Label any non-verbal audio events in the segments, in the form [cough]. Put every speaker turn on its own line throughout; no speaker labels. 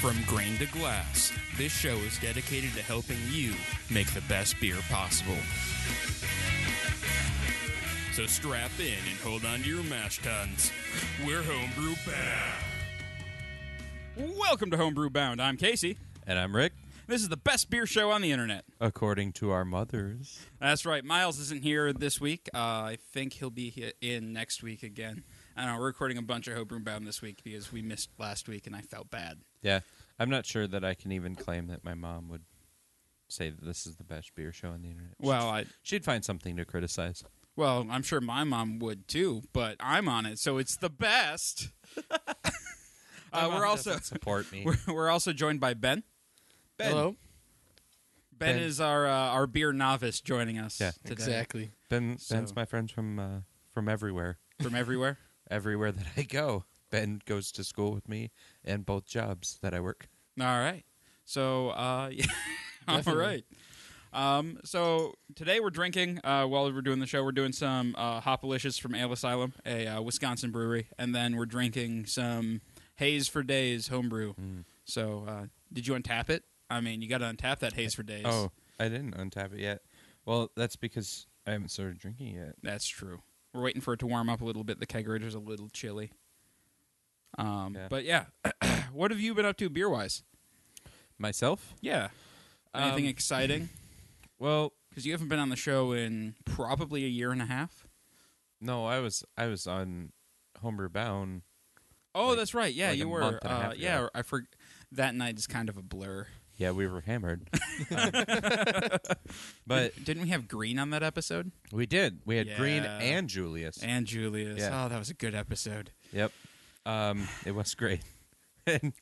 From grain to glass, this show is dedicated to helping you make the best beer possible. So strap in and hold on to your mash tuns. We're Homebrew Bound. Welcome to Homebrew Bound. I'm Casey.
And I'm Rick,
This is the best beer show on the internet.
according to our mothers.
That's right. Miles isn't here this week. Uh, I think he'll be he- in next week again. I don't know. We're recording a bunch of Homebrew Bound this week because we missed last week and I felt bad.
Yeah. I'm not sure that I can even claim that my mom would say that this is the best beer show on the internet.
Well, I,
she'd find something to criticize.
Well, I'm sure my mom would too, but I'm on it, so it's the best. uh, we're also
support [laughs] me.
[laughs] we're, we're also joined by Ben.
Ben.
Hello.
Ben,
Ben.
is our uh, our beer novice joining us
Yeah.
today
Exactly.
ben
So-
Ben's my friend from uh, from everywhere.
from everywhere.
Everywhere that I go. Ben goes to school with me and both jobs that I work.
All right, so uh, [laughs] yeah. all
Definitely.
right. Um, so today we're drinking uh, while we're doing the show. We're doing some uh, Hopalicious from Ale Asylum, a uh, Wisconsin brewery, and then we're drinking some Haze for Days homebrew. So, uh, did you untap it? I mean, you got to untap that Haze for Days.
Oh, I didn't untap it yet. Well, that's because I haven't started drinking yet.
That's true. We're waiting for it to warm up a little bit. The kegerator's a little chilly. Um,
Yeah.
But yeah, [clears throat] what have you been up to beer wise?
Myself?
Yeah. Anything exciting?
Well,
Because you haven't been on the show in probably a year and a half.
no, I was I was on Homebrew Bound
Oh,
Like-
that's right. Yeah,
like
you
a
were.
month and a
uh,
half ago.
yeah, I for that night is kind of a blur.
Yeah, we
[laughs]
were hammered. [laughs] Um, but
Didn't we have Green on that episode?
we did. We had Green
Yeah.
and Julius.
And Julius.
Yeah.
Oh, that was a good episode.
yep. Um, it was great. [laughs] and,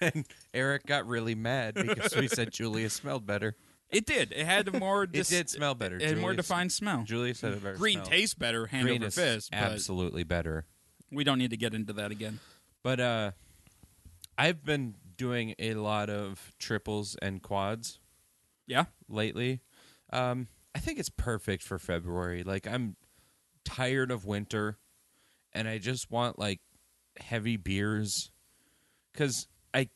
and Eric got really mad because we said Julius smelled better.
It did. It had a more.
[laughs] It did smell better.
It had more
Julius-
defined smell.
Julius had a better
Green
smell.
tastes better hand
Green
over
is
fist. But
absolutely better.
we don't need to get into that again.
But uh, I've been doing a lot of triples and quads
Yeah.
lately. Um, I think it's perfect for February. Like I'm tired of winter, and I just want like heavy beers because I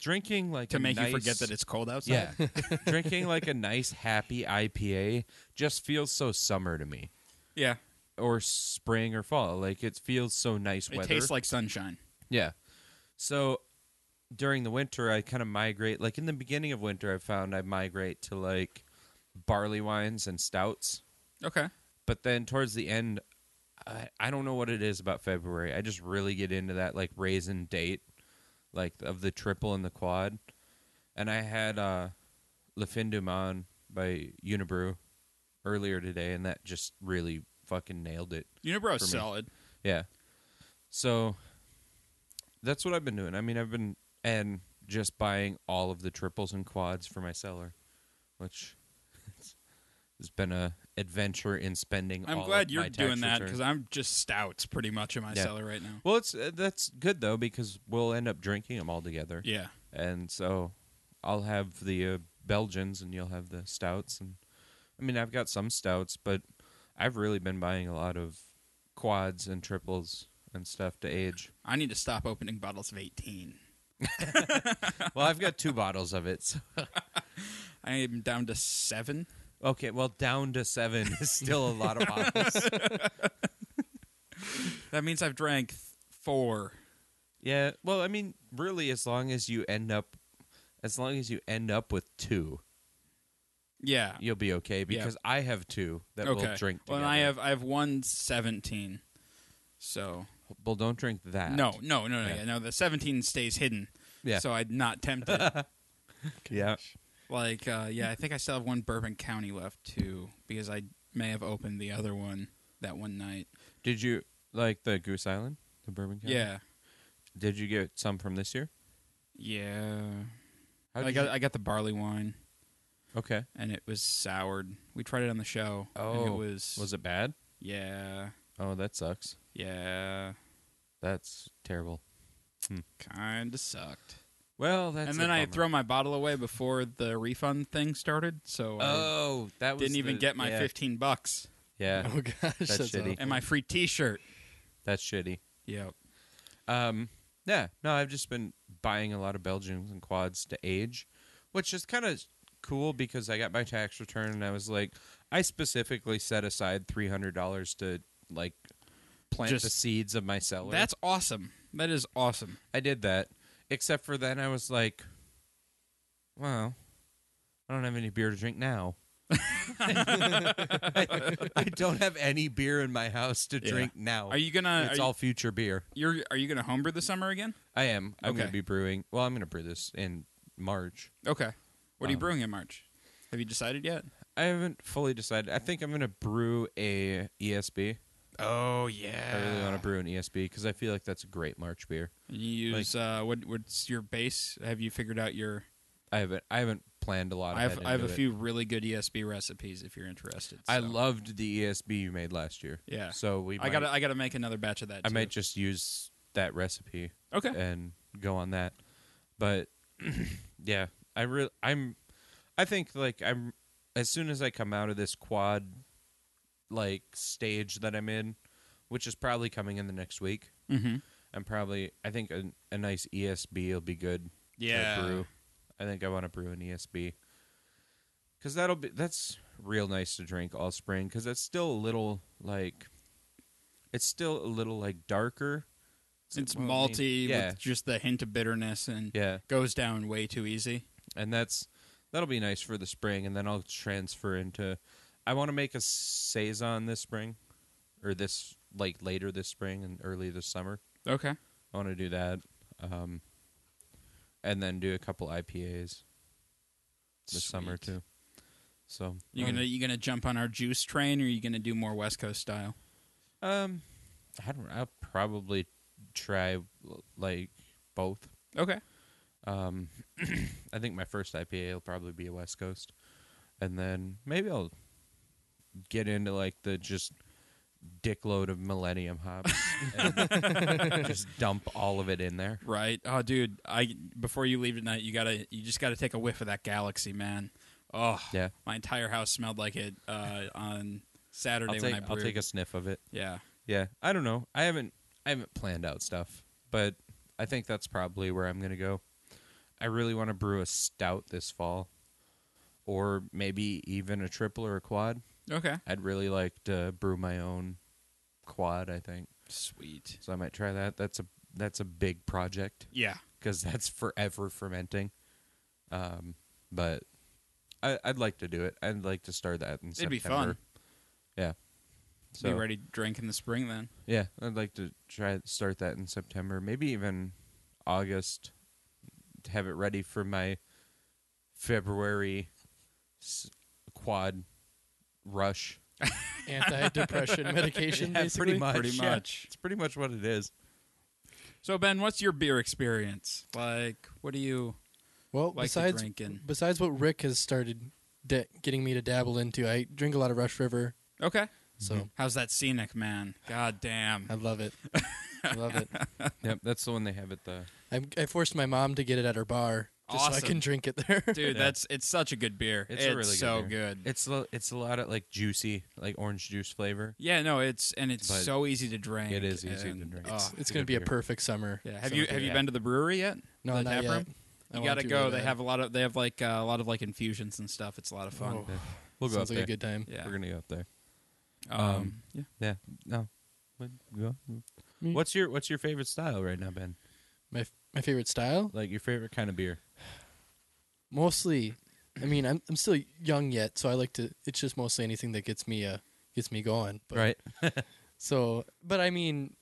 drinking like
to
a
make
nice,
you forget that it's cold outside.
yeah drinking like a nice happy IPA just feels so summer to me
[laughs] yeah.
or spring or fall. Like it feels so nice
It
weather.
tastes like sunshine.
Yeah. So during the winter, I kind of migrate. Like in the beginning of winter, I found I migrate to like barley wines and stouts.
Okay.
But then towards the end, I, I don't know what it is about February. I just really get into that like raisin date, like of the triple and the quad. And I had uh, Le Fin du Monde by Unibrew earlier today, and that just really fucking nailed it.
Unibrow
For
is
me.
solid.
Yeah. So that's what I've been doing. I mean, I've been and just buying all of the triples and quads for my cellar, which [laughs] has been a adventure in spending.
I'm
all
glad
of
you're
my
doing
tax
that
return.
because I'm just stouts pretty much in my
Yeah.
cellar right now.
well, it's uh, that's good though because we'll end up drinking them all together,
Yeah.
and so I'll have the uh, Belgians and you'll have the stouts, and I mean I've got some stouts, but I've really been buying a lot of quads and triples and stuff
[laughs]
to age.
I need to stop opening bottles of 18.
well, I've got two bottles of it. So.
I am down to seven.
Okay, well, down to seven is still a
[laughs]
lot of bottles.
That means I've drank th- four.
yeah, well, I mean, really, as long as you end up, as long as you end up with two,
Yeah.
you'll be okay. Because I have two that
okay.
we'll drink.
well,
Together.
and I have I have one 17. So
Well, don't drink that.
no, no, no, no,
Yeah.
yeah. no. The 17 stays hidden.
Yeah.
So I'm not tempted.
[laughs] Yeah.
Like, uh, yeah, I think I still have one Bourbon County left too, because I may have opened the other one that one night.
Did you like the Goose Island, the bourbon? County?
Yeah,
Did you get some from this year?
yeah.
How
I
did
got
you-
I got the barley wine,
okay.
and it was soured. We tried it on the show. and it
Oh,
was
Was it bad?
yeah,
Oh, that sucks.
yeah,
That's terrible.
kind of sucked.
Well, that's
and
a
then I
bummer.
had thrown my bottle away before the refund thing started, so
Oh, that
I
was
didn't even
the-
get my
yeah,
fifteen bucks
Yeah,
[laughs] Oh gosh, that's,
shitty.
awful.
and [laughs] my free T-shirt.
that's shitty.
Yep.
Um, yeah, no, I've just been buying a lot of Belgians and quads to age, which is kind of cool because I got my tax return and I was like, I specifically set aside three hundred dollars to like plant
Just-
the seeds of my cellar.
That's awesome. That is awesome.
I did that. Except for then I was like, well, I don't have any beer to
[laughs]
drink now. [laughs] I, I don't have any beer in my house to
Yeah.
drink now.
Are you gonna? Are
Oh, it's
you,
all future beer.
you're, are you gonna homebrew this summer again?
I am. I'm going
Okay.
to be brewing. Well, I'm going to brew this in March.
Okay. What are you
Um,
brewing in March? Have you decided yet?
I haven't fully decided. I think I'm going to brew a ESB.
Oh
I really want
yeah.
to brew an E ESB because I feel like that's a great March beer.
You use uh, what? What's your base? Have you figured out your?
I haven't. I haven't planned a lot.
I have
ahead
I have a
into it.
few really good ESB recipes if you're interested.
I E
so.
loved the ESB you made last year.
Yeah.
So we.
I
might-
gotta I gotta make another batch of that.
I
too.
might just use that recipe
Okay.
[laughs] and go on that. But [clears throat] yeah, I really I'm I think like I'm as soon as I come out of this quad like stage that I'm in, which is probably coming in the next week,
Mm-hmm.
I'm probably I think a, a nice ESB will be good to
Yeah.
brew. I think I want to brew an E ESB. Cuz that'll be that's real nice to drink all spring cuz it's still a little like it's still a little like darker.
It's
well, I mean,
malty
yeah.
with just the hint of bitterness and
Yeah.
goes down way too easy.
and that's that'll be nice for the spring and then i'll transfer into i want to make a saison this spring or this like later this spring and early this summer
Okay.
i want to do that um and then do a couple ipas this summer
Sweet.
too so
You gonna you gonna jump on our juice train or you gonna do more West Coast style?
um i don't i'll probably try like both
Okay.
Um, [clears throat] I think my first IPA will probably be a West Coast, and then maybe I'll get into like the just dickload of Millennium hops, and just dump all of it in there.
Right. Oh dude, I before you leave tonight you gotta you just gotta take a whiff of that galaxy, man. Oh
Yeah,
my entire house smelled like it uh, on Saturday
I'll
when
take
I
I'll
brewed.
take a sniff of it.
yeah.
Yeah, I don't know. I haven't I haven't planned out stuff, but I think that's probably where I'm gonna go. I really want to brew a stout this fall, or maybe even a triple or a quad.
Okay.
I'd really like to brew my own quad. I think
Sweet.
so. I might try that. That's a that's a big project
Yeah.
because [laughs] that's forever fermenting. Um, but I, I'd like to do it. I'd like to start that in
It'd
September.
be fun.
Yeah.
Be ready to drink in the spring then.
Yeah, I'd like to try start that in September, maybe even August. To have it ready for my February s- quad rush.
Anti-depression medication,
[laughs] Yeah,
basically.
pretty much.
Pretty
yeah.
much.
It's pretty much what it is.
So Ben, what's your beer experience? Like, what do you
Well,
like to
besides
drink in?
besides what Rick has started de- getting me to dabble into, I drink a lot of Rush River,
Okay.
so
Mm-hmm.
How's that scenic, man? God damn.
I love it. I
[laughs]
love it.
Yep, that's the one they have at the
I, I forced my mom to get it at her bar just so I
Awesome.
can drink it there. [laughs]
Dude,
Yeah.
that's it's such a good beer. It's,
It's a really good
so
beer.
good.
It's lo- it's a lot of like juicy, like orange juice flavor.
yeah, no, it's and it's
But
so easy to drink.
it is easy to
and-
drink.
oh,
it's
it's
it's
a good
going to be a
beer.
perfect summer.
yeah. Have
summer
you
beer.
have you
yeah.
been to the brewery yet?
No,
the
not
tap
yet.
room?
I
you
want
gotta
to
go.
really
They
bad.
have a lot of they have like uh, a lot of like infusions and stuff. It's a lot of fun.
Oh,
We'll go
sounds
up
like
there.
a good time.
Yeah.
We're gonna go up there.
um, yeah.
Yeah. No. What- go-
Me?
What's your What's your favorite style right now, Ben?
My f- my favorite style,
Like your favorite kind of beer?
mostly. I mean, I'm I'm still young yet, so I like to. It's just mostly anything that gets me uh gets me going. But,
right.
So, but I mean,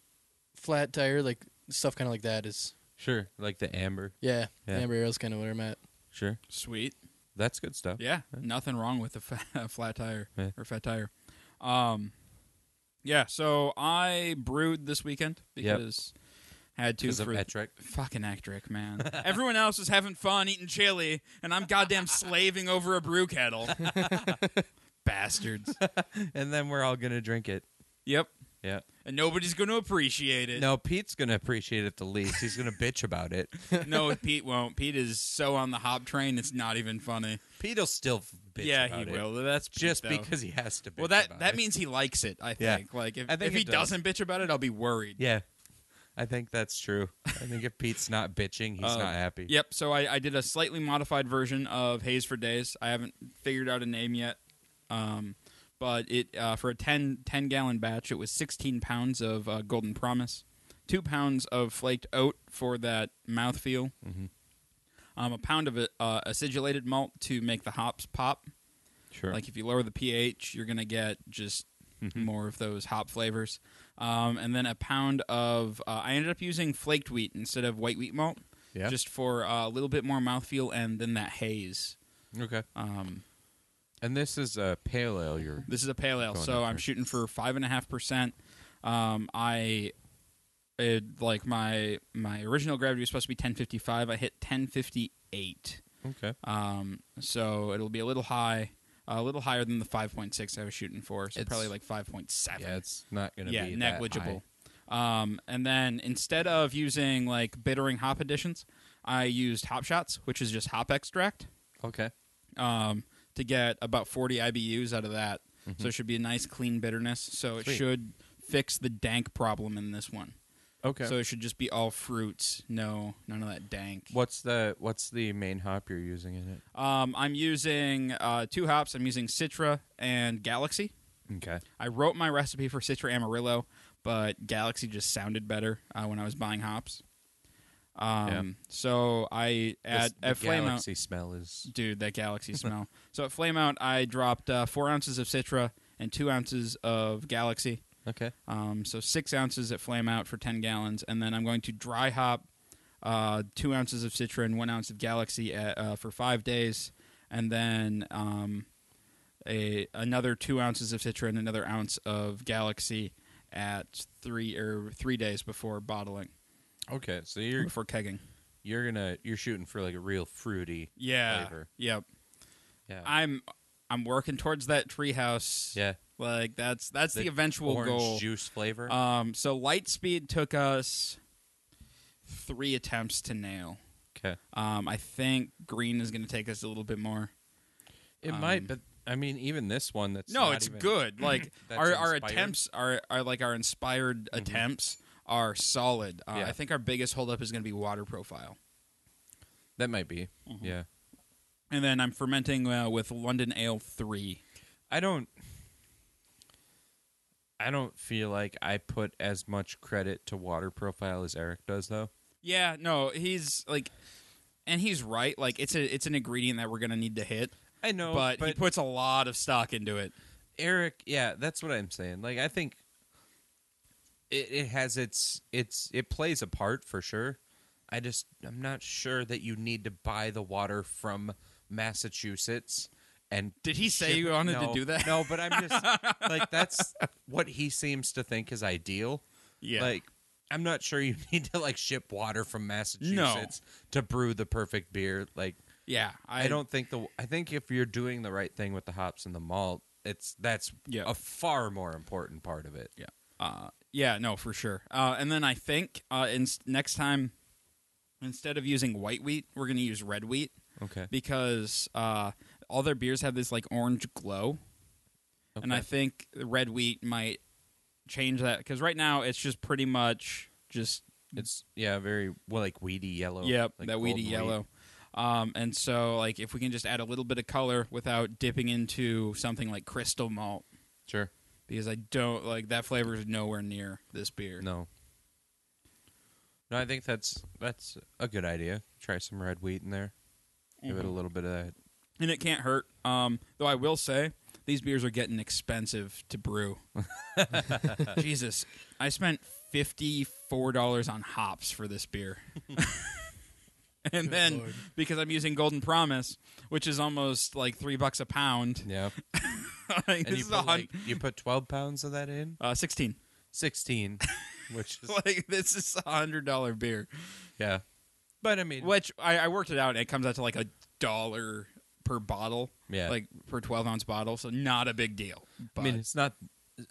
flat tire like stuff kind of like that is
Sure. Like the amber.
yeah.
Yeah.
Amber Arrow's kind of where I'm at.
Sure.
Sweet.
That's good stuff.
Yeah, nothing wrong with a, fa- [laughs] a flat tire
Yeah.
or fat tire. Um, yeah. So I brewed this weekend
Yep.
because had to
Because of
for
Ettrick.
fucking Ectric, man.
[laughs]
Everyone else is having fun eating chili, and I'm goddamn slaving over a brew
[laughs]
kettle. Bastards.
And then we're all gonna drink it.
Yep.
Yeah.
And nobody's going to appreciate it.
No, Pete's gonna appreciate it the least. He's gonna [laughs] bitch about it.
[laughs] no, Pete won't. Pete is so on the hop train; it's not even funny.
Pete'll still bitch
yeah,
about
he
it,
will. That's Pete,
Just
though.
because he has to. Bitch
Well, that
about
that
it.
means he likes it. I
Yeah.
think. Like if,
I think
if he
it does.
doesn't bitch about it, I'll be worried.
Yeah. I think that's true. I think if Pete's not bitching, he's
Um,
not happy.
Yep. So I, I did a slightly modified version of Haze for Days. I haven't figured out a name yet, um, but it uh, for a 10, 10 gallon batch, it was sixteen pounds of uh, Golden Promise, two pounds of flaked oat for that mouthfeel,
Mhm.
um, a pound of uh, acidulated malt to make the hops pop.
Sure.
Like if you lower the pH, you're gonna get just
Mhm.
more of those hop flavors. Um, and then a pound of uh, I ended up using flaked wheat instead of white wheat malt,
yeah.
just for uh, a little bit more mouthfeel and then that haze.
okay.
Um,
And this is a pale ale. You're
this is a pale ale,
Going
so
up
I'm
there.
shooting for five and a half percent. Um, I it, like my my original gravity was supposed to be 1055. I hit 1058.
okay.
Um, so it'll be a little high, a little higher than the 5.6 I was shooting for. So
It's-
probably like 5.7.
Yeah, it's not gonna
yeah,
be that
negligible. Um, and then instead of using like bittering hop additions, I used hop shots, which is just hop extract,
high. Okay.
um, to get about 40 IBUs out of that. So it should be a nice clean bitterness. So it
Mm-hmm. Sweet.
should fix the dank problem in this one.
Okay.
So it should just be all fruits, no none of that dank.
what's the what's the main hop you're using in it?
Um, I'm using uh, two hops. I'm using Citra and Galaxy.
Okay.
I wrote my recipe for Citra Amarillo, but Galaxy just sounded better uh, when I was buying hops. Um,
Yeah.
So I at
This- the
at Flame Out,
galaxy smell is
dude, that
[laughs]
Galaxy smell. so at Flame Out, I dropped uh, four ounces of Citra and two ounces of Galaxy.
okay.
Um, so six ounces at Flame Out for ten gallons, and then I'm going to dry hop uh, two ounces of Citra and one ounce of Galaxy at, uh, for five days, and then um, a another two ounces of Citra and another ounce of Galaxy at three or three days before bottling
Okay. So you're
before kegging.
you're gonna you're shooting for like a real fruity.
Yeah,
Flavor.
yep.
Yeah.
I'm I'm working towards that treehouse.
yeah.
like that's that's the, eventual
orange
goal.
juice flavor.
Um, so Lightspeed took us three attempts to nail.
okay.
Um, I think Green is going to take us a little bit more.
It
um,
might, but I mean, even this one that's
no,
not
it's
even- [clears throat]
good. Like
That's
our our
inspired. Mm-hmm.
attempts are are like our inspired attempts are solid. Uh,
Yeah.
I think our biggest holdup is going to be water profile,
That might be.
Mm-hmm.
Yeah.
and then I'm fermenting uh, with London Ale three.
I don't I don't feel like I put as much credit to water profile as Eric does though.
Yeah, no, he's like, and he's right. Like it's a it's an ingredient that we're going to need to hit,
I know,
but, he puts a lot of stock into it.
Eric, yeah, that's what I'm saying. Like I think it it has its its it plays a part for sure. I just I'm not sure that you need to buy the water from Massachusetts and
Did he say you wanted
No,
to do that?
No, but I'm just like that's what he seems to think is ideal.
[laughs] Yeah.
Like, I'm not sure you [laughs] need to like ship water from Massachusetts to brew the perfect beer. Like,
yeah.
I, don't think the. I think if you're doing the right thing with the hops and the malt, it's that's
Yeah.
a far more important part of it.
Uh, yeah, no, for sure. Uh, and then I think uh, in, next time, instead of using white wheat, we're going to use red wheat
Okay.
because uh, all their beers have this like orange glow. And I think red wheat might change that because right now it's just pretty much just,
it's yeah, very well, like weedy yellow.
yep,
like
that weedy
golden wheat.
yellow. Um, and so, like, if we can just add a little bit of color without dipping into something like crystal malt,
Sure.
because I don't like that flavor is nowhere near this beer.
No. No, I think that's that's a good idea. Try some red wheat in there. Give it
Mm-hmm.
a little bit of that.
and it can't hurt. Um, though I will say these beers are getting expensive to
[laughs]
brew. Jesus, I spent fifty four dollars on hops for this
[laughs]
beer, and
Good
then
Lord.
because I'm using Golden Promise, which is almost like three bucks a pound.
Yeah.
[laughs] Like,
And
[laughs] this
you
is a
put,
hun-
like, you put 12 pounds of that in?
uh, sixteen. [laughs]
16, which is,
like this is a hundred dollar beer,
yeah. But I mean,
which I, I worked it out. and It comes out to like a dollar per bottle.
Yeah.
like per twelve ounce bottle, so not a big deal.
I
But
mean, it's not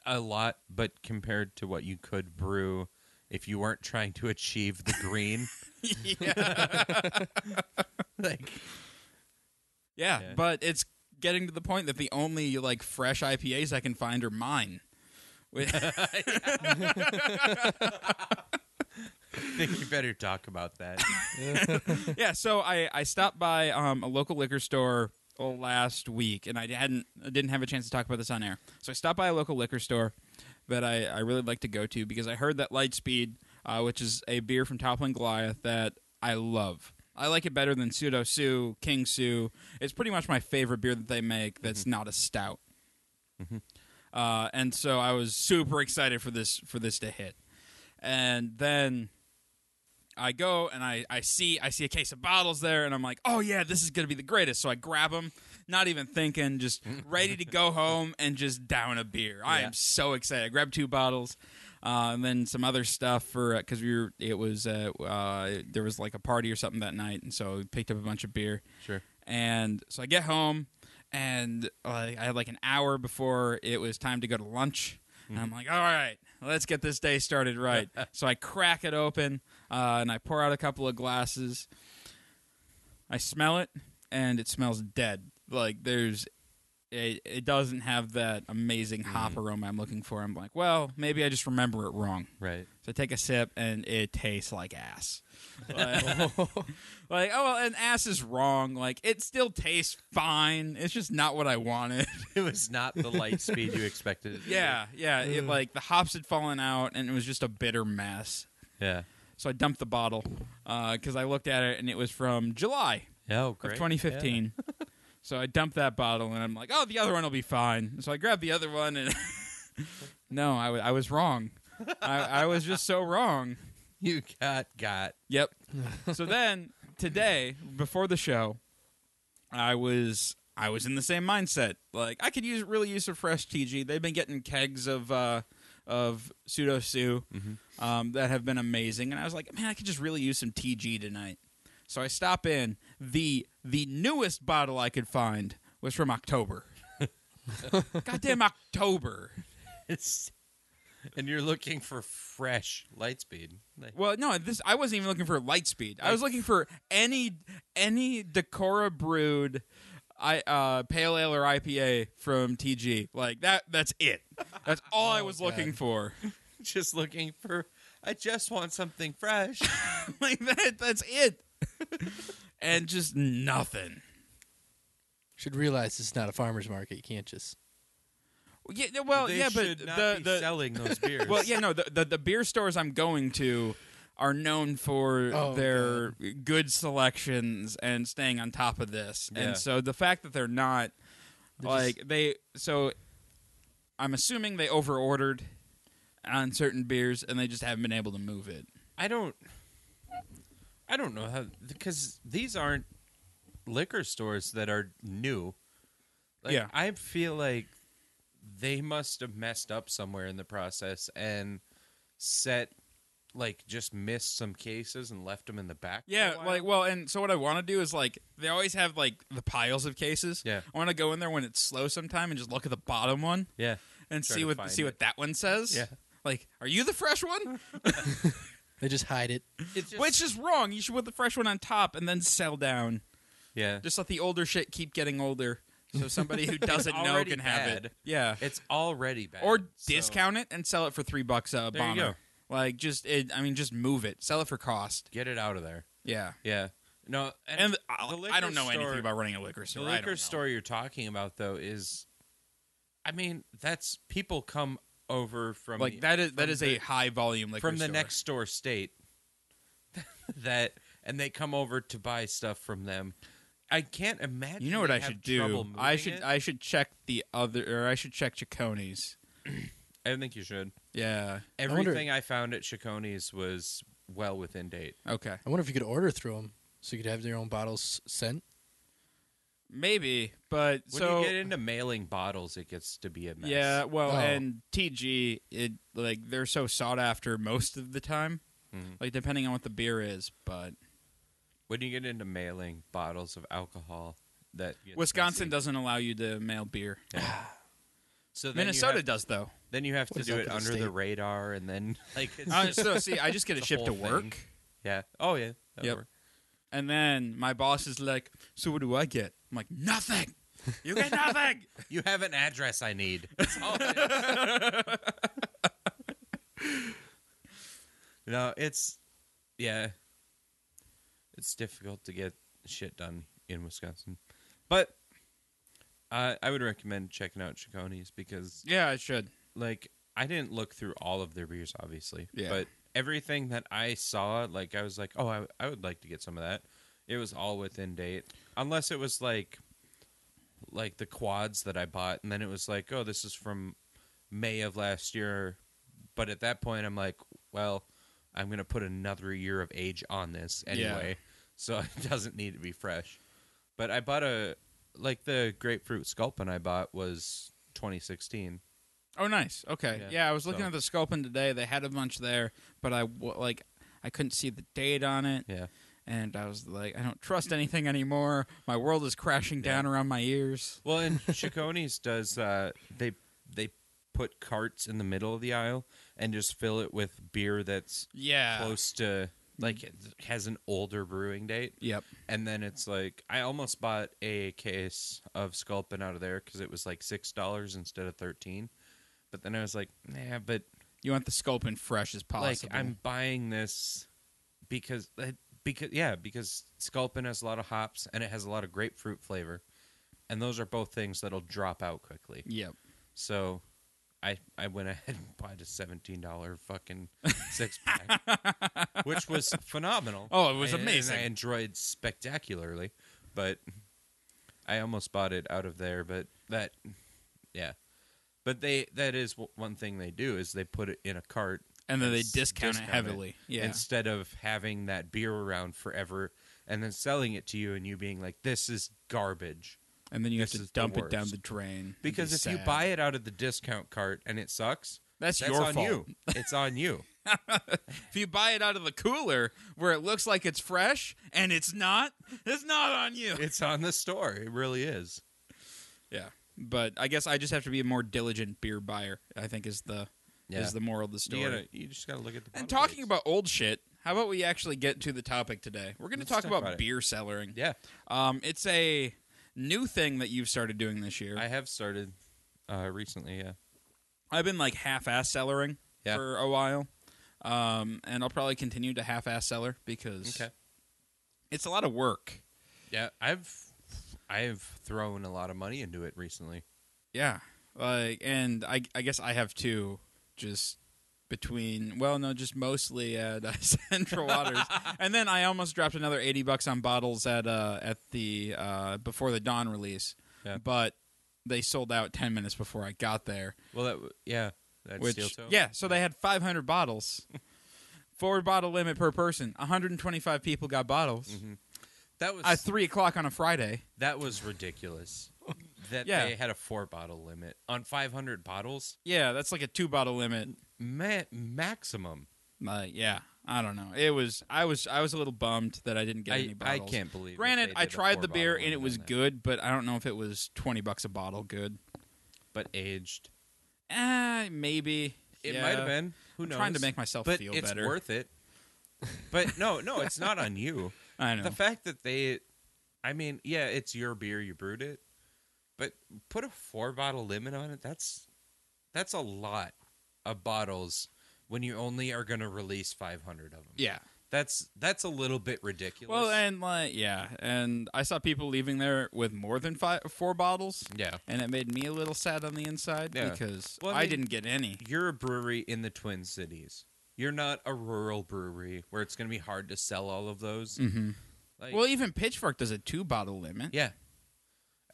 a lot, but compared to what you could brew if you weren't trying to achieve the [laughs] green,
[laughs] yeah.
like,
Yeah,
Yeah.
but it's getting to the point that the only like fresh IPAs I can find are mine. With-
think you better talk about [laughs] that.
[laughs] yeah, so I, I stopped by um, a local liquor store last week, and I hadn't I didn't have a chance to talk about this on air. So I stopped by a local liquor store that I, I really like to go to because I heard that Lightspeed, uh, which is a beer from Toppling Goliath that I love. I like it better than Pseudo Sue, King Sue. It's pretty much my favorite beer that they make that's not a stout. Uh, and so I was super excited for this for this to hit. And then I go and I, I see I see a case of bottles there, and I'm like, oh yeah, this is gonna be the greatest. So I grab them, not even thinking, just ready to go home and just down a beer. I
Yeah.
am so excited. I grabbed two bottles, uh, and then some other stuff for because we were it was uh, uh, there was like a party or something that night, and so we picked up a bunch of beer.
Sure.
And so I get home, and uh, I had like an hour before it was time to go to lunch. And I'm like, all right, let's get this day started right. so I crack it open, uh, and I pour out a couple of glasses. I smell it, and it smells dead. Like there's, it, it doesn't have that amazing hop aroma I'm looking for. I'm like, well, maybe I just remember it wrong.
Right.
So I take a sip and it tastes like ass. Like, [laughs] like, oh, well, and ass is wrong. Like, it still tastes fine. It's just not what I wanted.
It was not the light speed you expected. it to
[laughs]
be.
yeah, yeah. It, like, the hops had fallen out and it was just a bitter mess.
Yeah.
So I dumped the bottle because I looked at it and it was from July
Yeah, Oh,
of
great.
2015. [laughs] so I dumped that bottle and I'm like, oh, the other one will be fine. So I grabbed the other one and [laughs] no, I wa- I was wrong. I, I was just so wrong.
Yeah. You got got. [laughs]
Yep. so then today, before the show, I was I was in the same mindset. Like I could use really use a fresh TG. They've been getting kegs of uh, of pseudo sue um, that have been amazing, and I was like, man, I could just really use some TG tonight. So I stop in the the newest bottle I could find was from October. Goddamn October.
It's and you're looking for fresh light speed. Like, [laughs]
Well, no, this I wasn't even looking for light speed. I was looking for any any Decora brewed I uh pale ale or IPA from TG. Like that that's it. [laughs] That's all I was looking for. [laughs]
just looking for I just want something fresh.
like that that's it. [laughs] and just nothing.
Should realize this is not a farmer's market. You can't just.
Yeah, well,
they
yeah, but
should not
the
be
the
selling [laughs] those beers.
Well, yeah, no, the, the the beer stores I'm going to are known for
Oh,
their good selections and staying on top of this.
Yeah.
And so the fact that they're not like they so I'm assuming they overordered on certain beers and they just haven't been able to move it.
I don't I don't know how because these aren't liquor stores that are new. Like
Yeah.
I feel like they must have messed up somewhere in the process and set like just missed some cases and left them in the back. for a
Yeah,
while.
like well, and so what I want to do is like they always have like the piles of cases.
Yeah.
I want to go in there when it's slow sometime and just look at the bottom one [laughs]
yeah.
and
Try
see
to
what
find
see what
it.
that one says.
Yeah.
Like, are you the fresh one?
They just hide it.
It's just,
Which is wrong. You should put the fresh one on top and then sell down.
yeah.
Just let the older shit keep getting older,
[laughs]
so somebody who doesn't know
already
can have
bad.
it. Yeah,
It's already bad.
or
so-
discount it and sell it for three bucks a
There you
bomber.
go.
Like just, it, I mean, just move it. Sell it for cost.
Get it out of there.
Yeah,
Yeah. No, and,
and
the
I,
liquor
I don't know anything
store-
about running a liquor
the
store. I don't know.
liquor store you're talking about though is, I mean, that's people come over from
like
the-
that is that
from
is
the-
a high volume liquor
from the
store.
next door state [laughs] that and they come over to buy stuff from them. I can't imagine.
You know what
they
I
have
should do?
trouble
I
moving
should
it.
I should check the other, or I should check Chaconi's.
I think you should.
Yeah.
wonder-
Everything I, found at Chaconis was well within date.
Okay.
I wonder if you could order through them, so you could have your own bottles sent.
Maybe, but
When
so
you get into mailing bottles, it gets to be a mess.
Yeah, well,
Oh.
and TG, it like they're so sought after most of the time,
Mhm.
like depending on what the beer is. But
When you get into mailing bottles of alcohol, that gets
Wisconsin
messy.
doesn't allow you to mail beer.
So then you
Minnesota
have-
does
[laughs]
though.
Then you have
What
to
is
do
that
it
for the
under
state?
the radar, and then [laughs] like it's
Uh,
just-
so see, I just get it
The
shipped to
whole
work,
thing. yeah. Oh yeah. that'll
Yep.
work.
and then my boss is like, "So what do I get?" I'm like, "Nothing. You get nothing."
[laughs] You have an address I [laughs] need. [laughs] no, it's yeah, it's difficult to get shit done in Wisconsin, but uh, I would recommend checking out Chaconis because
Yeah, it should.
like I didn't look through all of their beers, obviously.
Yeah.
But everything that I saw, like I was like, oh, I, I would like to get some of that. It was all within date, unless it was like, like the quads that I bought, and then it was like, oh, this is from May of last year. But at that point, I'm like, well, I'm gonna put another year of age on this anyway, [laughs] so it doesn't need to be fresh. But I bought a like the grapefruit sculpin I bought was 2016.
Oh, nice. Okay. Yeah,
Yeah,
I was looking
so-
at the sculpin today. They had a bunch there, but I wa- like I couldn't see the date on it,
Yeah.
and I was like, I don't trust anything anymore. My world is crashing
Yeah.
down around my ears.
Well, and Chaconis does uh, they they put carts in the middle of the aisle and just fill it with beer that's
Yeah.
close to like it has an older brewing date,
Yep.
and then it's like I almost bought a case of Sculpin out of there because it was like six dollars instead of thirteen, but then I was like, nah, but
You want the sculpin fresh as possible.
like I'm buying this because uh, because yeah because Sculpin has a lot of hops and it has a lot of grapefruit flavor, and those are both things that'll drop out quickly.
Yep.
So I I went ahead and bought a seventeen dollar
[laughs]
fucking six pack, which was phenomenal.
Oh, it was
And- and
amazing.
I enjoyed spectacularly, but I almost bought it out of there. But that, yeah, but they that is w- one thing they do is they put it in a cart
And then they
s-
discount, it
discount it.
heavily. Yeah.
instead of having that beer around forever and then selling it to you and you being like this is garbage
and then you have
this
to
is the
dump it down
worst.
the drain. and be
because if you
sad.
buy it out of the discount cart and it sucks
That's
that's
your
on
fault.
you. It's on you.
If you buy it out of the cooler where it looks like it's fresh and it's not, it's not on you.
It's on the store. It really is.
Yeah. But I guess I just have to be a more diligent beer buyer, I think is the
Yeah.
is the moral of the
You,
story.
gotta, you just got to look at the.
and
bottle
talking
dates.
about old shit, how about we actually get to the topic today? We're going to
Let's
talk,
talk
about,
about it.
beer cellaring.
yeah,
Um, it's a new thing that you've started doing this year.
I have started uh, recently. Yeah,
I've been like half-ass cellaring
Yeah.
for a while, um, and I'll probably continue to half-ass cellar because
Okay.
it's a lot of work.
yeah. I've I've thrown a lot of money into it recently.
Yeah, like, and I, I guess I have two, just between. Well, no, just mostly at uh, [laughs] Central [laughs] Waters, and then I almost dropped another eighty bucks on bottles at uh, at the uh, before the dawn release,
Yeah.
but they sold out ten minutes before I got there.
Well, that w- yeah, that
which
steel toe.
yeah, so they had 500 [laughs] bottles, four bottle limit per person. 125 people got bottles
Mhm. that was
at three o'clock on a Friday.
that was
[laughs]
ridiculous. that
Yeah.
they had a four bottle limit on five hundred bottles,
Yeah, that's like a two bottle limit.
ma- maximum.
Like, yeah, I don't know. It was I was I was a little bummed that I didn't get any
I, I
bottles.
can't believe. that
Granted,
they
I
did a
tried the
four-bottle
beer and
limit
it
on
was
that.
good, but I don't know if it was 20 bucks a bottle good.
but aged.
Eh, maybe
It
Yeah.
might have been. Who
I'm
knows?
trying to make myself
but
feel
it's
better.
worth it. But no, no, it's not
[laughs]
on you.
I know.
The fact that they, I mean, yeah, it's your beer, you brewed it, but put a four bottle limit on it. That's that's a lot of bottles when you only are going to release five hundred of them.
yeah.
that's that's a little bit ridiculous.
Well, and like yeah, and I saw people leaving there with more than five, four bottles.
yeah,
and it made me a little sad on the inside
Yeah.
because
Well,
I,
I mean-
didn't get any.
you're a brewery in the Twin Cities. You're not a rural brewery where it's going to be hard to sell all of those.
Mm-hmm.
Like,
Well, even Pitchfork does a two bottle limit.
yeah.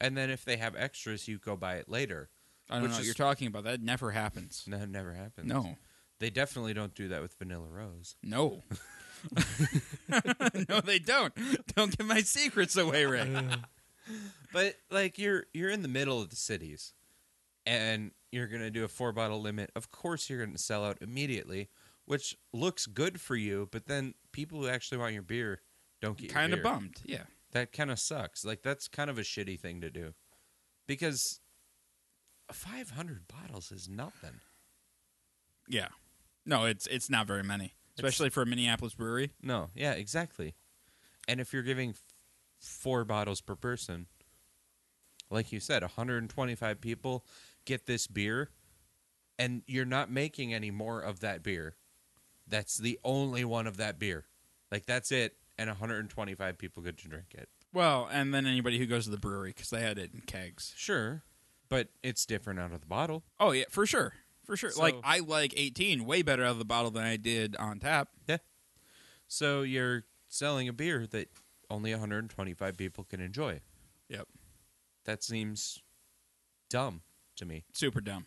And then if they have extras, you go buy it later.
I don't
which
know what
is-
you're talking about. That never happens.
No, it never happens.
No,
They definitely don't do that with Vanilla Rose.
no, [laughs] no, they don't. Don't give my secrets away, Rick.
But like you're you're in the middle of the cities and you're going to do a 4 bottle limit. Of course you're going to sell out immediately, which looks good for you, but then people who actually want your beer don't get your
kind of
beer.
bummed. Yeah,
That kind of sucks. Like that's kind of a shitty thing to do. Because 500 bottles is nothing.
yeah. No, it's it's not very many, especially for a Minneapolis brewery.
No, yeah, exactly. And if you're giving f- four bottles per person, like you said, 125 people get this beer, and you're not making any more of that beer. That's the only one of that beer. Like that's it, and 125 people get to drink it.
Well, and then anybody who goes to the brewery because they had it in kegs.
Sure, but it's different out of the bottle.
Oh yeah, for sure, for sure. like
So-
I like 18 way better out of the bottle than I did on tap.
So you're selling a beer that only 125 people can enjoy.
Yep,
That seems dumb to me.
super dumb.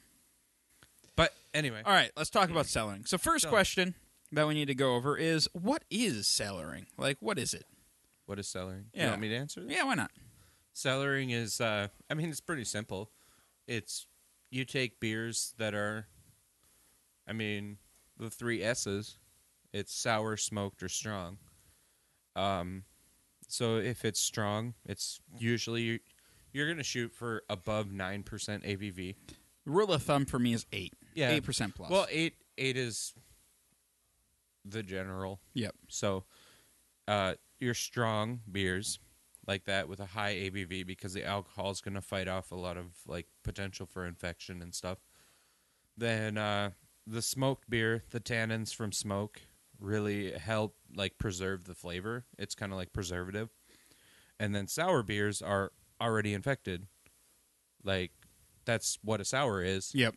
But anyway,
All right, let's talk about cellaring. So first
Sell.
question that we need to go over is what is cellaring? Like what is it?
what is cellaring?
Yeah.
You want me to answer? this?
Yeah, why not?
Cellaring is, uh, I mean, it's pretty simple. It's you take beers that are, I mean, the three S's. It's sour, smoked, or strong. Um, so if it's strong, it's usually you're going to shoot for above nine percent ABV.
The rule of thumb for me is eight.
Yeah.
eight percent plus.
Well, eight eight is the general.
yep.
So, uh, your strong beers like that with a high ABV because the alcohol is going to fight off a lot of like potential for infection and stuff. Then uh, the smoked beer, the tannins from smoke really help like preserve the flavor. It's kind of like preservative. And then sour beers are already infected. Like that's what a sour is.
Yep.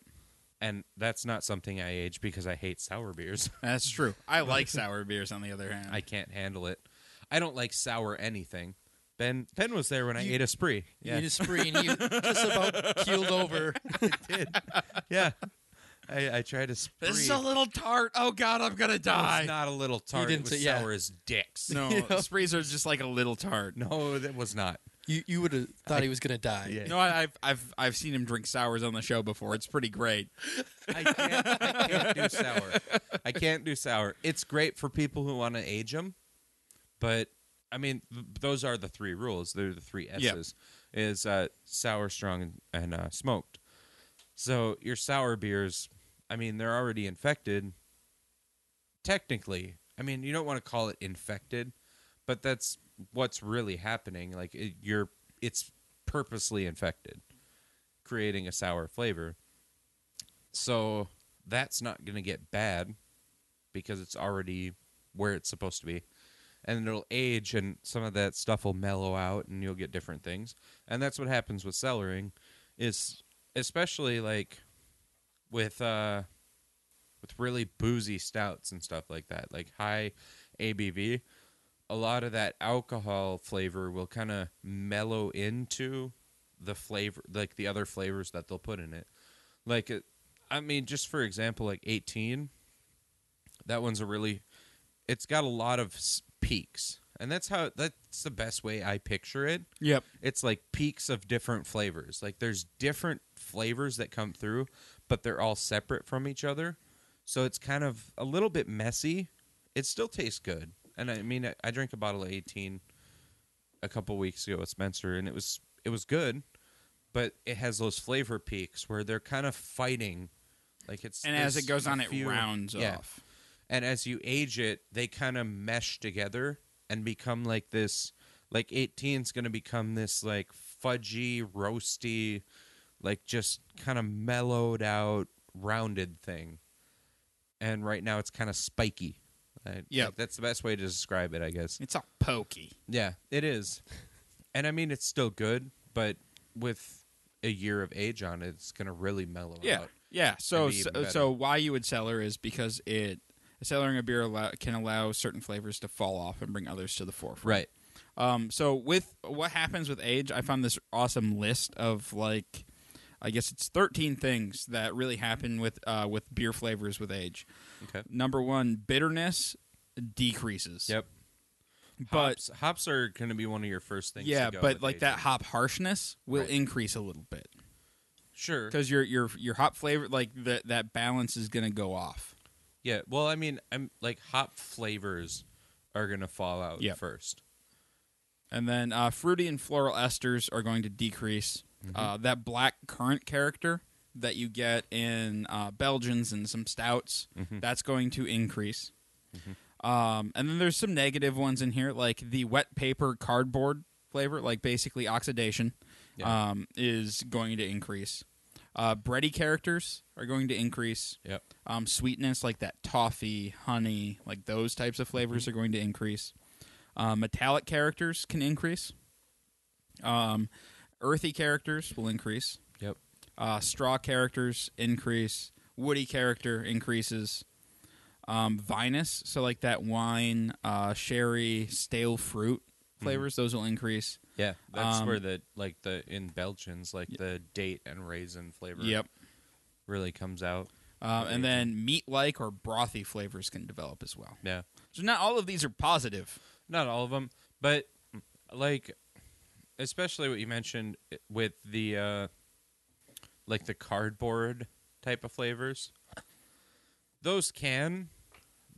And that's not something I age because I hate sour beers. [laughs]
That's true. [laughs] I like sour beers. On the other hand,
I can't handle it. I don't like sour anything. Ben Ben was there when I
You-
ate a spree.
You
Yeah,
ate a spree
[laughs]
and you just about keeled over.
I did. Yeah, [laughs] I, I tried a spree.
this is a little tart. Oh God, I'm gonna
No,
die.
It's not a little tart. It
didn't
was
say- yeah.
sour as
[laughs]
dicks.
No,
You know?
sprees are just like a little tart.
[laughs] no, that was not.
You you would have thought he was gonna die.
Yeah.
No, I- I've I've I've seen him drink sours on the show before. It's pretty great.
I can't, I can't do sour. I can't do sour. It's great for people who want to age them, but I mean, th- those are the three rules. They're the three S's:
Yeah.
is uh, sour, strong, and, and uh, smoked. So your sour beers, I mean, they're already infected. Technically, I mean, you don't want to call it infected, but that's what's really happening. Like it, you're, it's purposely infected, creating a sour flavor. So that's not going to get bad because it's already where it's supposed to be. And it'll age and some of that stuff will mellow out and you'll get different things. And that's what happens with cellaring is especially like with uh with really boozy stouts and stuff like that, like high ABV, a lot of that alcohol flavor will kind of mellow into the flavor like the other flavors that they'll put in it. Like it, I mean, just for example, like 18, that one's a really, it's got a lot of s- peaks. And that's how, that's the best way I picture it.
Yep.
It's like peaks of different flavors. Like there's different flavors that come through, but they're all separate from each other. So it's kind of a little bit messy. It still tastes good. And I mean, I, I drank a bottle of 18 a couple weeks ago with Spencer, and it was it was good, but it has those flavor peaks where they're kind of fighting. Like it's
And as
there's
it goes on,
a
it
few-
rounds
yeah.
off.
and as you age it they kind of mesh together and become like this like 18 is going to become this like fudgy roasty like just kind of mellowed out rounded thing and right now it's kind of spiky I-
Yep.
that's the best way to describe it i guess
It's all pokey.
yeah
[laughs]
it is and i mean it's still good but with a year of age on it it's going to really mellow
Yeah.
out
Yeah. So
It'd be even
so,
better.
so why you would cellar is because it cellaring a beer allow, can allow certain flavors to fall off and bring others to the forefront.
right
Um, so with what happens with age, I found this awesome list of like, I guess it's 13 things that really happen with uh, with beer flavors with age.
okay
Number one, bitterness decreases.
yep
But
hops, hops are going to be one of your first things.
yeah,
to go
but
with
like
aging.
that hop harshness will
Right.
increase a little bit
Sure.
because your your your hop flavor like that that balance is gonna go off.
Yeah. Well, I mean, I'm like hop flavors are going to fall out
Yeah.
first.
And then uh, fruity and floral esters are going to decrease. Uh, that black currant character that you get in uh, Belgians and some stouts, that's going to increase. Um, and then there's some negative ones in here, like the wet paper cardboard flavor, like basically oxidation,
Yeah.
um, is going to increase. Uh, bready characters are going to increase.
Yep.
Um, sweetness like that toffee, honey, like those types of flavors are going to increase. Uh, metallic characters can increase. Um, earthy characters will increase.
Yep.
Uh, straw characters increase. Woody character increases. Um, vinous, so like that wine, uh, sherry, stale fruit flavors, those will increase.
Yeah, that's
Um,
where the like the in Belgians like the date and raisin flavor.
Yep.
really comes out.
Uh,
Okay.
and then meat-like or brothy flavors can develop as well.
Yeah,
So not all of these are positive.
not all of them, but like especially what you mentioned eh, with the uh like the cardboard type of flavors. Those can,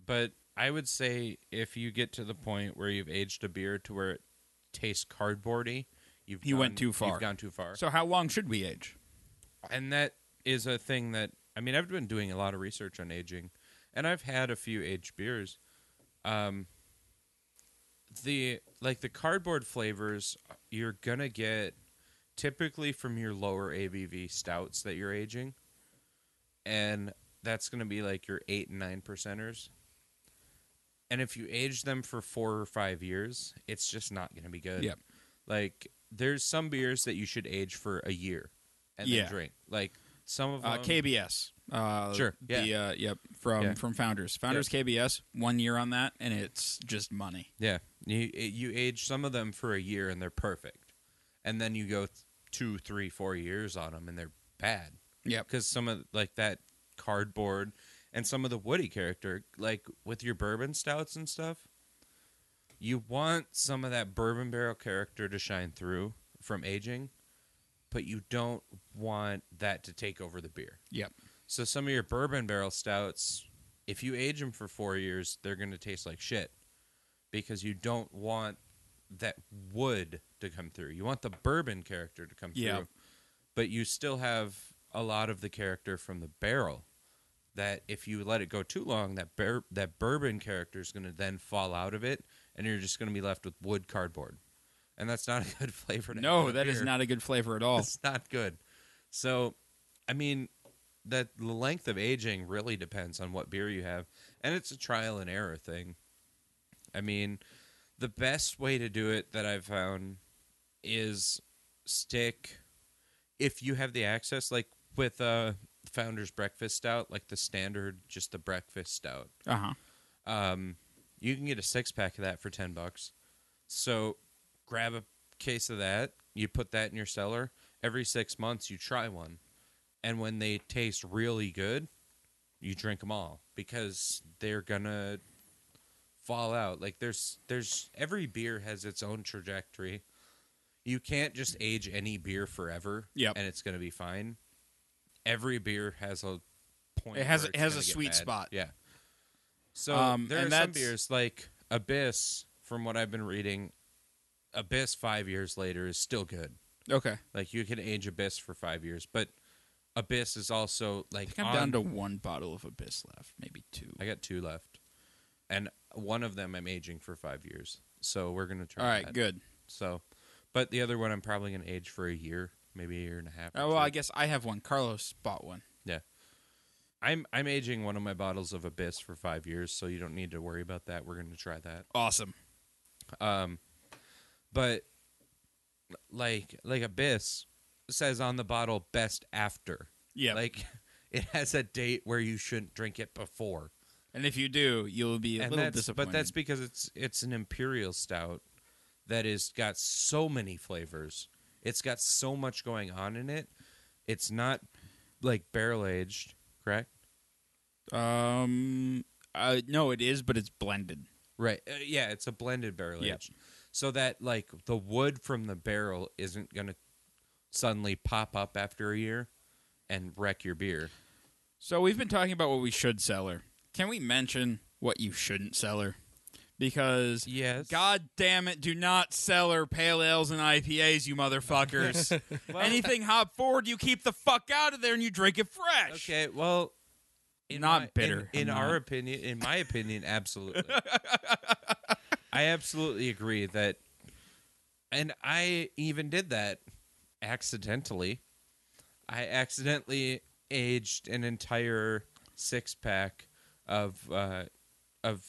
but I would say if you get to the point where you've aged a beer to where it tastes cardboardy, you've
You went
gone-
too far.
You've gone too far.
So how long should we age?
and that is a thing that I mean I've been doing a lot of research on aging, and I've had a few aged beers. Um, the like the cardboard flavors you're gonna get typically from your lower ABV stouts that you're aging, and that's gonna be like your eight and nine percenters. And if you age them for four or five years, it's just not gonna be good.
Yep.
Like there's some beers that you should age for a year and
Yeah.
then drink. Like some of
Uh,
them,
KBS. Uh,
Sure,
The, uh, yep. From
Yeah.
from Founders. Founders KBS. One year on that, and it's just money.
yeah, you you age some of them for a year and they're perfect, and then you go th- two, three, four years on them and they're bad
Yep.
because some of like that cardboard and some of the woody character, like with your bourbon stouts and stuff, you want some of that bourbon barrel character to shine through from aging, but you don't want that to take over the beer.
Yep.
So some of your bourbon barrel stouts, if you age them for four years, they're going to taste like shit because you don't want that wood to come through. You want the bourbon character to come
Yeah.
through, but you still have a lot of the character from the barrel. That if you let it go too long, that bur- that bourbon character is going to then fall out of it, and you're just going to be left with wood cardboard, and that's not a good [laughs] flavor. To have
No,
in a
that is
beer.
not a good flavor at all.
[laughs] It's not good. So, I mean, that the length of aging really depends on what beer you have, and it's a trial and error thing. I mean, the best way to do it that I've found is stick if you have the access, like with uh, Founder's Breakfast Stout, like the standard, just the breakfast stout
Uh huh.
um, you can get a six pack of that for ten bucks. So grab a case of that. You put that in your cellar. Every six months, you try one, and when they taste really good, you drink them all because they're gonna fall out. Like there's there's every beer has its own trajectory. You can't just age any beer forever,
Yep.
and it's gonna be fine. Every beer has a point.
It has-
where
it
it's
has
gonna
a
get
sweet
bad.
spot.
Yeah. So
Um,
there
and
are some
that's-
beers like Abyss, from what I've been reading, Abyss five years later is still good.
Okay.
Like you can age Abyss for five years, but Abyss is also
I
like
think I'm
on-
down to one bottle of Abyss left, maybe two.
I got two left, and one of them I'm aging for five years. So we're gonna try.
all right.
that.
Good.
So, but the other one I'm probably gonna age for a year, maybe a year and a half. or
Oh, well, I
two.
guess I have one. Carlos bought one.
I'm I'm aging one of my bottles of Abyss for five years, so you don't need to worry about that. We're gonna try that.
Awesome.
Um, but like like Abyss says on the bottle, best after.
Yeah.
Like [laughs] it has a date where you shouldn't drink it before.
and if you do, you'll be a
and
little
that's
disappointed.
but that's because it's it's an imperial stout that is got so many flavors. It's got so much going on in it. It's not like barrel aged, correct?
Um, uh, no, it is, but it's blended.
Right. Uh, yeah, it's a blended barrel
Yep.
aged. So that like the wood from the barrel isn't going to suddenly pop up after a year and wreck your beer.
So we've been talking about what we should sell her. Can we mention what you shouldn't sell her? Because
Yes.
God damn it, do not sell her pale ales and IPAs, you
[laughs]
motherfuckers. Anything hop forward, you keep the fuck out of there and you drink it fresh.
Okay, well
Not
my- in-
bitter.
In,
I'm
our
not.
opinion, in my opinion,
[laughs]
absolutely. I absolutely agree that and I even did that accidentally. I accidentally aged an entire six pack of uh, of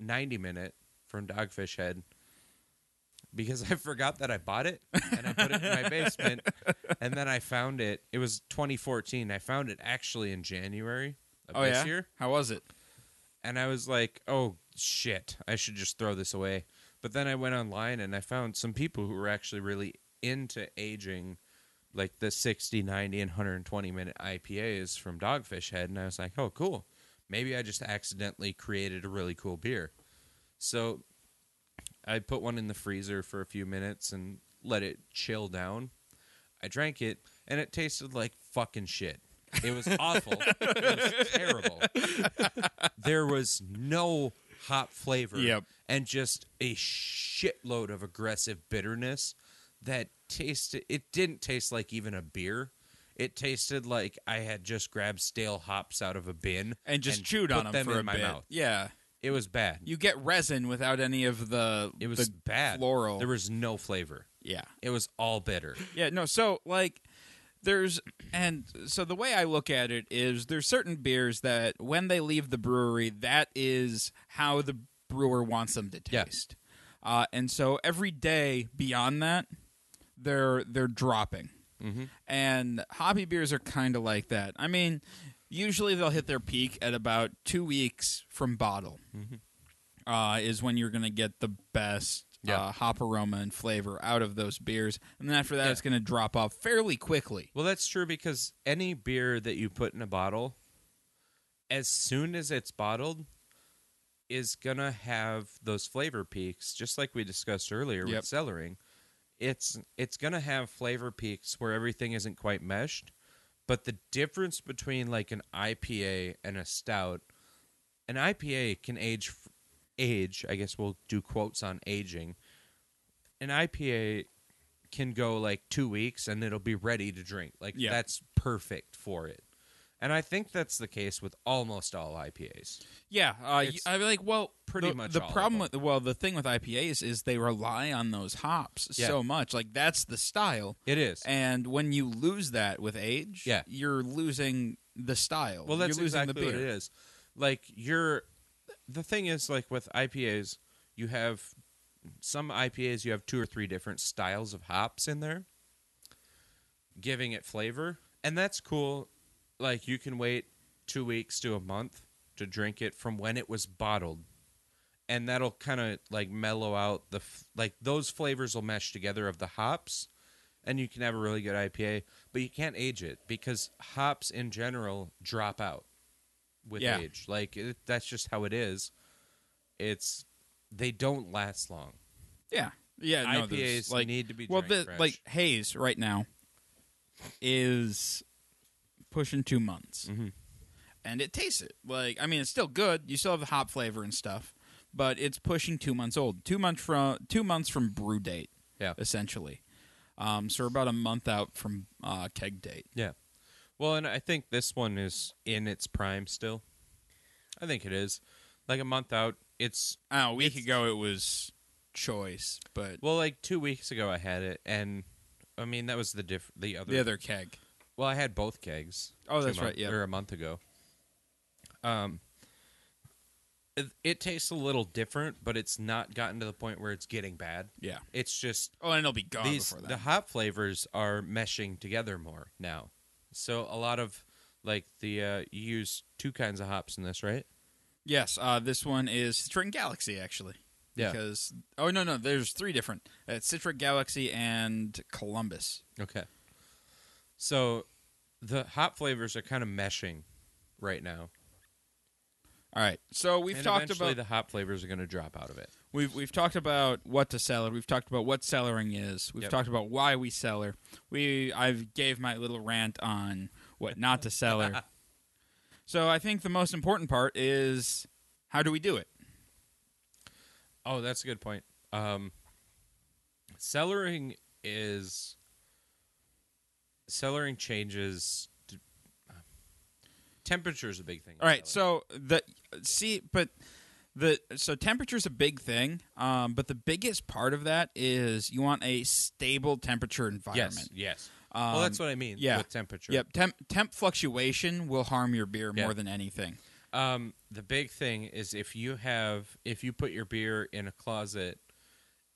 ninety minute from Dogfish Head because I forgot that I bought it and I put it
[laughs]
in my basement and then I found it. It was 2014. I found it actually in January of
Oh
this
yeah.
year
How was it?
and I was like, "Oh shit, I should just throw this away." But then I went online and I found some people who were actually really into aging like the 60, 90 and 120 minute IPAs from Dogfish Head and I was like, "Oh, cool. Maybe I just accidentally created a really cool beer." So I put one in the freezer for a few minutes and let it chill down. I drank it and it tasted like fucking shit. It was awful. it was terrible there was no hop flavor
Yep.
and just a shitload of aggressive bitterness that tasted it didn't taste like even a beer it tasted like i had just grabbed stale hops out of a bin
And just chewed on
put
them, for
in
a
my
bit.
mouth
Yeah,
it was bad
you get resin without any of the.
it was
the
bad
floral.
there was no flavor
yeah.
it was all bitter
Yeah, no. So like there's and so the way I look at it is there's certain beers that when they leave the brewery, that is how the brewer wants them to
Yeah.
taste. Uh, and so every day beyond that, they're they're dropping. And hobby beers are kind of like that. I mean, usually they'll hit their peak at about two weeks from bottle. Uh, is when you're going to get the best
Mm-hmm. Yeah.
uh, hop aroma and flavor out of those beers, and then after that,
Yeah.
it's going to drop off fairly quickly.
Well, that's true because any beer that you put in a bottle, as soon as it's bottled, is gonna have those flavor peaks, just like we discussed earlier
Yep.
with cellaring. It's it's gonna have flavor peaks where everything isn't quite meshed, but the difference between like an IPA and a stout, an IPA can age f- age. I guess we'll do quotes on aging. An IPA can go like two weeks and it'll be ready to drink. Like
Yeah.
that's perfect for it. And I think that's the case with almost all IPAs.
Yeah, uh,
It's
I'm like, well,
pretty
the,
much
the
all of
problem.
them.
With, well, the thing with IPAs is they rely on those hops
Yeah.
so much. Like that's the style,
It is.
and when you lose that with age,
Yeah.
you're losing the style.
well, that's
you're losing
exactly
the
what
beer.
it is. Like you're the thing is like with IPAs, you have some IPAs you have two or three different styles of hops in there giving it flavor, and that's cool. Like you can wait 2 weeks to a month to drink it from when it was bottled. And that'll kind of like mellow out the f- like those flavors will mesh together of the hops and you can have a really good IPA, but you can't age it because hops in general drop out with
Yeah.
age. Like it, that's just how it is. It's they don't last long.
Yeah, yeah. No, there's,
IPAs
like
need to be
well,
drank
the,
fresh.
like haze right now is pushing two months,
Mhm.
and it tastes it like I mean it's still good. You still have the hop flavor and stuff, but it's pushing two months old. Two months from two months from brew date,
Yeah.
essentially. Um, so we're about a month out from uh, keg date.
Yeah. Well, and I think this one is in its prime still. I think it is. Like a month out, it's
Oh, a week
It's-
ago it was choice, but
well, like two weeks ago I had it, and I mean that was the diff the other
the other keg.
Well, I had both kegs.
Oh,
two
that's
month-
right, yeah.
or a month ago. Um, it, it tastes a little different, but it's not gotten to the point where it's getting bad.
Yeah.
It's just
Oh, and it'll be gone
these
before that.
the hop flavors are meshing together more now. So a lot of like the uh, you use two kinds of hops in this, right?
Yes, uh, this one is Citric Galaxy actually.
Yeah.
Because oh no no, there's three different. It's Citric Galaxy and Columbus.
Okay. So the hop flavors are kind of meshing right now.
All right. So we've
And
talked
eventually
about
the hop flavors are going to drop out of it.
we've we've talked about what to cellar. We've talked about what cellaring is. We've
Yep.
talked about why we cellar. We I've gave my little rant on what not to
[laughs]
cellar. so I think the most important part is how do we do it?
Oh, that's a good point. Um, cellaring is cellaring changes. d- Temperature is a big thing. with
All right,
cellaring.
so the see, but the so temperature's a big thing, um, but the biggest part of that is you want a stable temperature environment.
yes, yes,
Um,
well, that's what I mean.
yeah.
with temperature.
Yep. Temp temp fluctuation will harm your beer
Yeah.
more than anything.
Um, the big thing is if you have if you put your beer in a closet,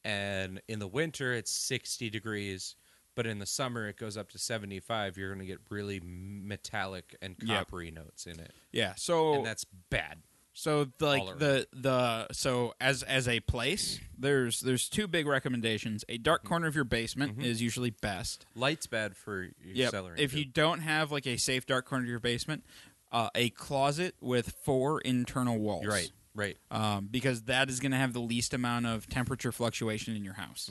and in the winter it's sixty degrees, but in the summer it goes up to seventy five. You're gonna get really metallic and
Yep.
coppery notes in it,
Yeah. So
and that's bad.
So the, like
All around.
the the so as as a place, there's there's two big recommendations. A
Mm-hmm.
dark corner of your basement
Mhm.
is usually best.
Light's bad for your
Yep.
celery.
If
too.
you don't have like a safe dark corner of your basement, uh, a closet with four internal walls.
You're right, right.
Um, because that is going to have the least amount of temperature fluctuation in your house.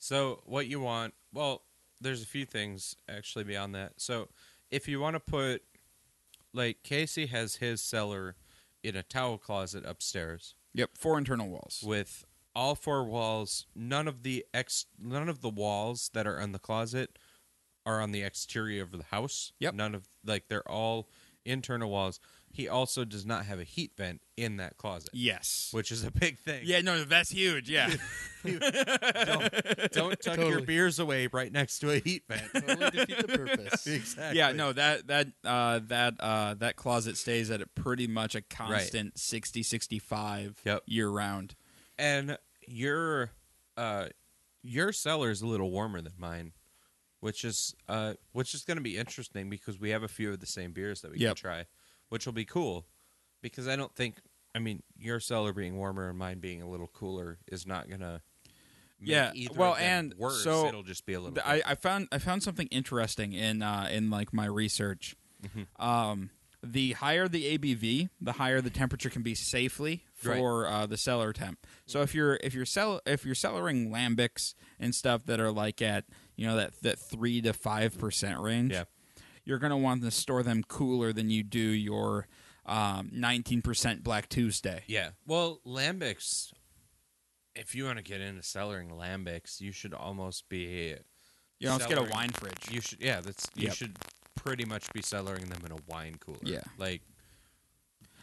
So what you want? Well, there's a few things actually beyond that. So if you want to put, like Casey has his cellar in a towel closet upstairs
Yep, four internal walls.
with all four walls. None of the ex, none of the walls that are on the closet are on the exterior of the house.
Yep.
None of like they're all internal walls. He also does not have a heat vent in that closet,
Yes.
which is a big thing.
yeah, no, that's huge. Yeah.
Don't, [laughs] don't tuck your
Totally.
beers away right next to a heat vent. [laughs]
Totally defeat the purpose.
exactly.
Yeah, no, that that uh, that uh, that closet stays at a pretty much a constant 60 65
Yep.
year round.
and your uh your cellar is a little warmer than mine which is uh which is going to be interesting because we have a few of the same beers that we
Yep.
can try which will be cool because i don't think i mean your cellar being warmer and mine being a little cooler is not going to
Yeah,
either
well,
of them
and
worse
so
it'll just be a little
Th- I, I found I found something interesting in uh, in like my research.
Mm-hmm.
Um, the higher the ABV, the higher the temperature can be safely
Right.
for uh, the cellar temp. So if you're if you're sell if you're cellaring lambics and stuff that are like at you know that that three to five percent range,
yeah
you're going to want to store them cooler than you do your um, 19% Black Tuesday.
yeah well lambics if you want to get into cellaring lambics you should almost be
You know, let's get a
Celery.
wine fridge.
You should, yeah. That's you
Yep.
should pretty much be cellaring them in a wine cooler.
Yeah.
like.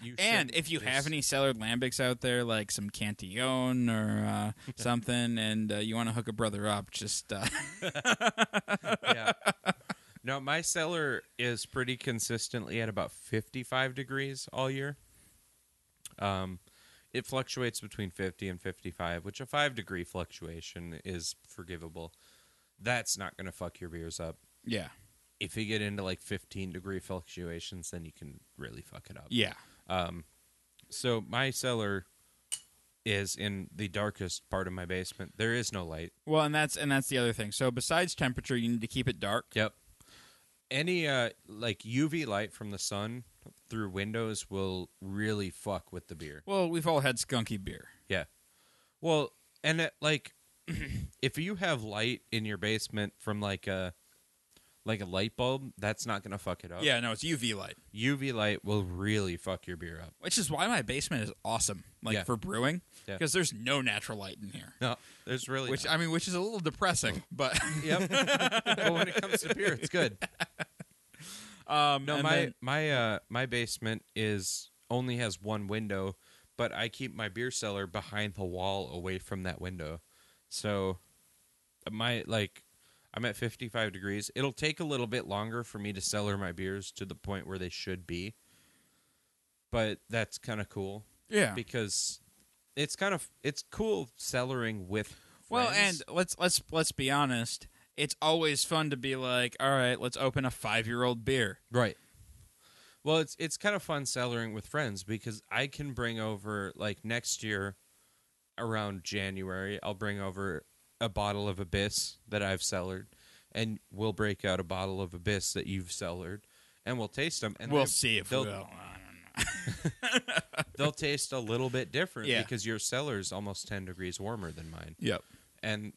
You
and
shouldn't
if you have
just-
any cellared lambics out there, like some Cantillon or
[laughs]
uh, something, and uh, you want to hook a brother up, just uh, [laughs]
[laughs] yeah. No, my cellar is pretty consistently at about fifty-five degrees all year. Um, it fluctuates between fifty and fifty-five, which a five-degree fluctuation is forgivable. That's not going to fuck your beers up.
yeah,
If you get into like fifteen-degree fluctuations, then you can really fuck it up.
yeah,
Um, so my cellar is in the darkest part of my basement. There is no light.
well, and that's and that's the other thing. So besides temperature, you need to keep it dark.
Yep. Any uh like UV light from the sun through windows will really fuck with the beer.
Well, we've all had skunky beer.
Yeah. Well, and it, like [clears throat] if you have light in your basement from like a like a light bulb, that's not going to fuck it up.
Yeah, no, it's UV light,
UV light will really fuck your beer up.
which is why my basement is awesome, like
Yeah.
for brewing,
Yeah.
because there's no natural light in here.
No, there's really
Which
not.
I mean, which is a little depressing, but
[laughs]
[laughs]
Yep. but when it comes to beer, it's good.
um,
No,
and
my
then-
my uh my basement is only has one window, but I keep my beer cellar behind the wall away from that window. So my like I'm at 55 degrees. It'll take a little bit longer for me to cellar my beers to the point where they should be. But that's kind of cool
yeah.
because it's kind of it's cool cellaring with
Well,
friends.
and let's let's let's be honest. It's always fun to be like, all right, let's open a five-year-old beer.
Right. Well, it's it's kind of fun cellaring with friends because I can bring over like next year around January, I'll bring over a bottle of Abyss that I've cellared and we'll break out a bottle of Abyss that you've cellared and we'll taste them and
we'll
they-
see if
they'll,
[laughs] we'll.
they'll taste a little bit different
Yeah.
because your cellar's almost 10 degrees warmer than mine.
Yep.
And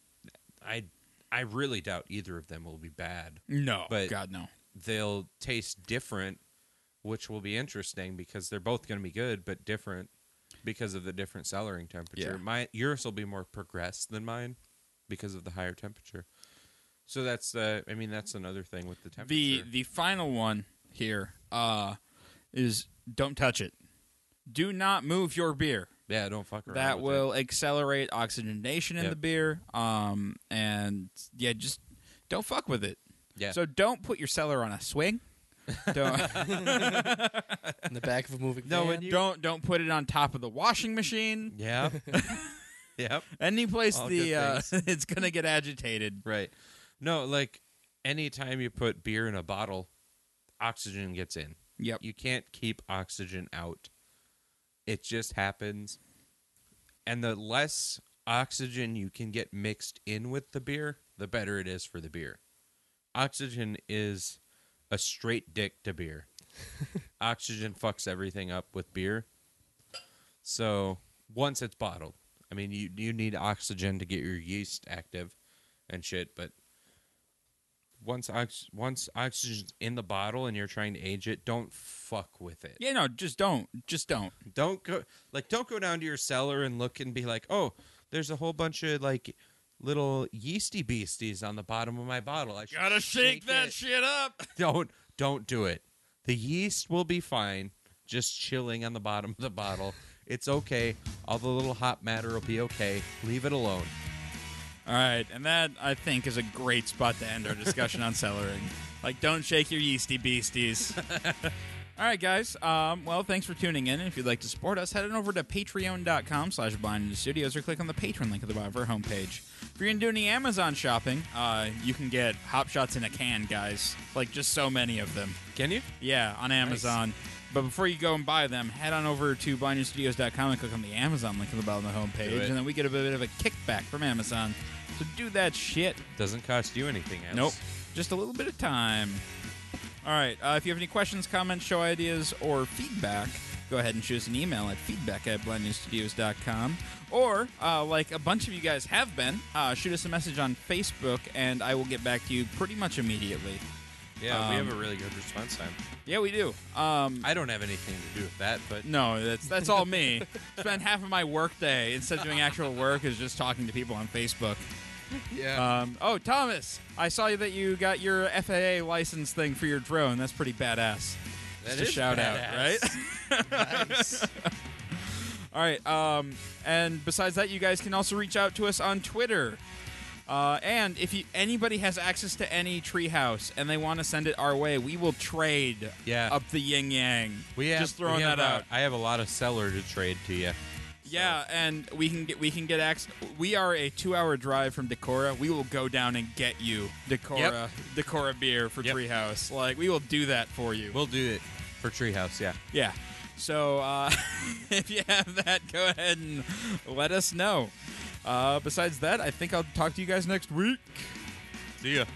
I I really doubt either of them will be bad.
No.
But-
God no.
they'll taste different, which will be interesting because they're both going to be good but different because of the different cellaring temperature.
Yeah.
My yours will be more progressed than mine because of the higher temperature. So that's the I mean that's another thing with the temperature.
The the final one here uh, is don't touch it. Do not move your beer.
yeah, don't fuck around.
That
with
will accelerate oxygenation in
Yep.
the beer. Um, and yeah, just don't fuck with it.
Yeah.
So don't put your cellar on a swing. Don't
in the back of a moving
No,
van.
when you-
don't don't put it on top of the washing machine. [laughs]
yeah. [laughs] yep.
Any place
All
the
good
uh, [laughs] it's gonna get agitated.
Right. No, like anytime you put beer in a bottle, oxygen gets in.
Yep.
You can't keep oxygen out. It just happens. And the less oxygen you can get mixed in with the beer, the better it is for the beer. Oxygen is a straight dick to beer. oxygen fucks everything up with beer. So once it's bottled, I mean, you you need oxygen to get your yeast active and shit, but once ox- once oxygen's in the bottle and you're trying to age it, don't fuck with it.
Yeah, no, just don't, just don't.
Don't go like don't go down to your cellar and look and be like, "Oh, there's a whole bunch of like little yeasty beasties on the bottom of my bottle." I should it."
shit up.
Don't don't do it. The yeast will be fine just chilling on the bottom of the bottle. It's okay. All the little hop matter will be okay. Leave it alone.
All right, and that I think is a great spot to end our discussion on cellaring. Like, don't shake your yeasty beasties. All right, guys. Um, well, thanks for tuning in. And if you'd like to support us, head on over to patreon.com slash blind Ninja studios or click on the patron link at the bottom of our homepage. If you're going to do any Amazon shopping, uh, you can get Hop Shots in a can, guys. Like, just so many of them.
Can you?
Yeah, on Amazon. But before you go and buy them, head on over to bindingstudios.com and click on the Amazon link at the bottom of the
Do
homepage,
it.
and then we get a bit of a kickback from Amazon. So do that shit.
Doesn't cost you anything else.
Nope. Just a little bit of time. All right. Uh, if you have any questions, comments, show ideas, or feedback, go ahead and shoot us an email at feedback at blindnewstudios.com. Or, uh, like a bunch of you guys have been, uh, shoot us a message on Facebook, and I will get back to you pretty much immediately.
Yeah, we
Um,
have a really good response time.
Yeah, we do. Um,
I don't have anything to do with that, but
No, that's that's all me. Spend half of my workday instead of doing actual work is just talking to people on Facebook.
yeah,
Um, oh, Thomas, I saw that you got your FAA license thing for your drone. That's pretty badass.
That
just a
is
shout
badass.
out, right? [laughs] all right. Um, and besides that, you guys can also reach out to us on Twitter. Uh, and if you, anybody has access to any treehouse and they want to send it our way, we will trade
[laughs] Yeah.
up the yin yang.
we have,
Uh, just throwing
we have
that
a-
out.
I have a lot of seller to trade to you.
Yeah, and we can get we can get access. We are a two-hour drive from Decorah. We will go down and get you Decorah
Yep.
Decorah beer for
Yep.
Treehouse. Like we will do that for you.
We'll do it for Treehouse. Yeah,
yeah. So uh, [laughs] if you have that, go ahead and let us know. Uh, besides that, I think I'll talk to you guys next week.
see ya.